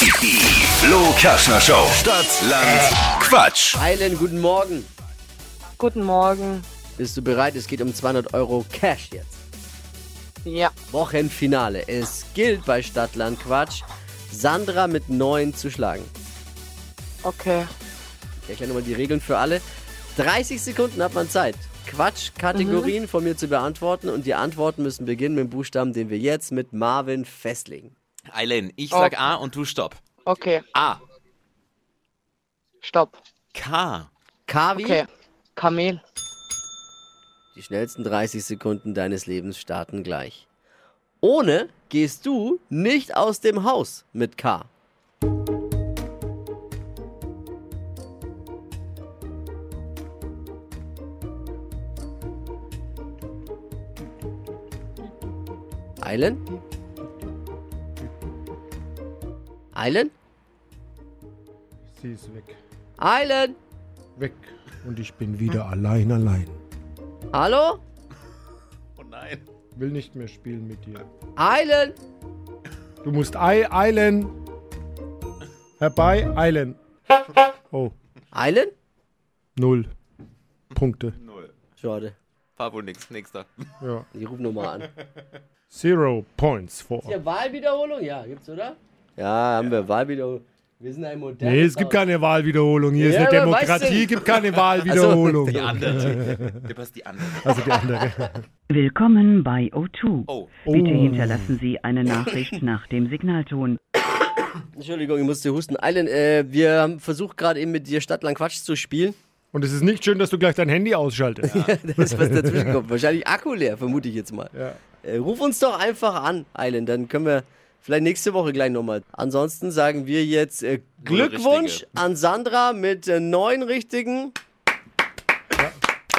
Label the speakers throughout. Speaker 1: Die Flo Kaschner Show. Stadt, Land, Quatsch.
Speaker 2: Eilen, guten Morgen.
Speaker 3: Guten Morgen.
Speaker 2: Bist du bereit? Es geht um 200 Euro Cash jetzt.
Speaker 3: Ja.
Speaker 2: Wochenfinale. Es gilt bei Stadtland Quatsch, Sandra mit 9 zu schlagen.
Speaker 3: Okay.
Speaker 2: Ich erkläre nochmal die Regeln für alle. 30 Sekunden hat man Zeit, Quatsch-Kategorien von mir zu beantworten und die Antworten müssen beginnen mit dem Buchstaben, den wir jetzt mit Marvin festlegen.
Speaker 4: Eileen, ich sag A und du stopp.
Speaker 3: Okay.
Speaker 4: A.
Speaker 3: Stopp.
Speaker 4: K.
Speaker 2: Kavi,
Speaker 3: Okay. Kamel.
Speaker 2: die schnellsten 30 Sekunden deines Lebens starten gleich. Ohne gehst du nicht aus dem Haus mit K. Eilen? Eilen?
Speaker 5: Sie ist weg.
Speaker 2: Eilen?
Speaker 5: Weg. Und ich bin wieder allein, allein.
Speaker 2: Hallo?
Speaker 4: Oh nein.
Speaker 5: Will nicht mehr spielen mit dir.
Speaker 2: Eilen?
Speaker 5: Du musst ei eilen. Herbei eilen. Oh,
Speaker 2: Eilen?
Speaker 5: null Punkte.
Speaker 2: Schade.
Speaker 4: War wohl nix. Nächster.
Speaker 5: Ja.
Speaker 2: Ich ruf nochmal an.
Speaker 5: Zero Points vor.
Speaker 2: Ist ja Wahlwiederholung? Ja, gibt's, oder? Ja, haben wir Wahlwiederholung. Wir sind ein modernes
Speaker 5: Nee, es gibt
Speaker 2: Haus.
Speaker 5: keine Wahlwiederholung. Hier
Speaker 2: Ja,
Speaker 5: ist eine
Speaker 2: aber weißt
Speaker 5: Demokratie,
Speaker 2: du-
Speaker 5: gibt keine Wahlwiederholung.
Speaker 4: Die andere. Du passt die andere.
Speaker 5: Also die andere.
Speaker 6: Willkommen bei O2.
Speaker 4: Oh.
Speaker 6: Bitte
Speaker 5: Oh.
Speaker 6: hinterlassen Sie eine Nachricht nach dem Signalton.
Speaker 2: Entschuldigung, ich musste husten. Eilen, äh, wir haben versucht gerade eben mit dir Stadtlang Quatsch zu spielen.
Speaker 5: Und es ist nicht schön, dass du gleich dein Handy ausschaltest.
Speaker 2: da ist was dazwischen gekommen. Wahrscheinlich Akku leer, vermute ich jetzt mal.
Speaker 5: Ja.
Speaker 2: Äh, ruf uns doch einfach an, Eilen. Dann können wir vielleicht nächste Woche gleich nochmal. Ansonsten sagen wir jetzt äh,
Speaker 4: Null
Speaker 2: Glückwunsch
Speaker 4: Richtige.
Speaker 2: an Sandra mit äh, neun richtigen.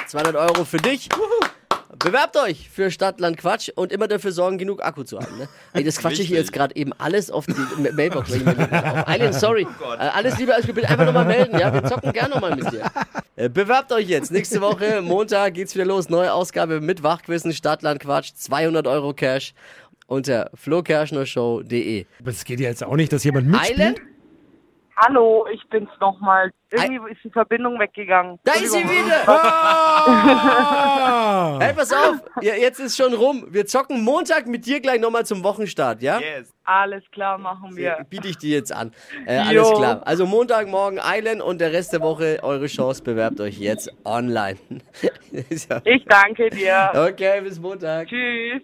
Speaker 2: 200 Euro für dich. Bewerbt euch für Stadtland Quatsch und immer dafür sorgen, genug Akku zu haben. Ne? Ey, das quatsche ich hier
Speaker 4: Wichtig.
Speaker 2: jetzt gerade eben alles auf die Ma- Mailbox. weil ich mir nicht auf Eilen, sorry. Äh, alles Liebe, alles Gute. Bitte einfach nochmal melden. Ja? Wir zocken gerne nochmal mit dir. Äh, Bewerbt euch jetzt. Nächste Woche, Montag, geht's wieder los. Neue Ausgabe mit Wachquissen, Stadtland Quatsch, 200 Euro Cash unter flokerschnershow.de.
Speaker 5: Aber es geht ja jetzt auch nicht, dass jemand mitspielt.
Speaker 2: Eilen?
Speaker 7: Hallo, ich bin's nochmal. Irgendwie ist die Verbindung weggegangen.
Speaker 2: Da ist sie wieder!
Speaker 5: Ah!
Speaker 2: Hey, pass auf, ja, jetzt ist schon rum. Wir zocken Montag mit dir gleich nochmal zum Wochenstart, ja? Äh,
Speaker 4: Yes.
Speaker 7: Alles klar, machen wir.
Speaker 2: Biete ich dir jetzt an. Äh, alles
Speaker 7: Jo.
Speaker 2: klar. Also Montagmorgen Island und der Rest der Woche eure Chance. Bewerbt euch jetzt online. Ist ja-
Speaker 7: Ich danke dir.
Speaker 2: okay, bis Montag.
Speaker 7: Tschüss.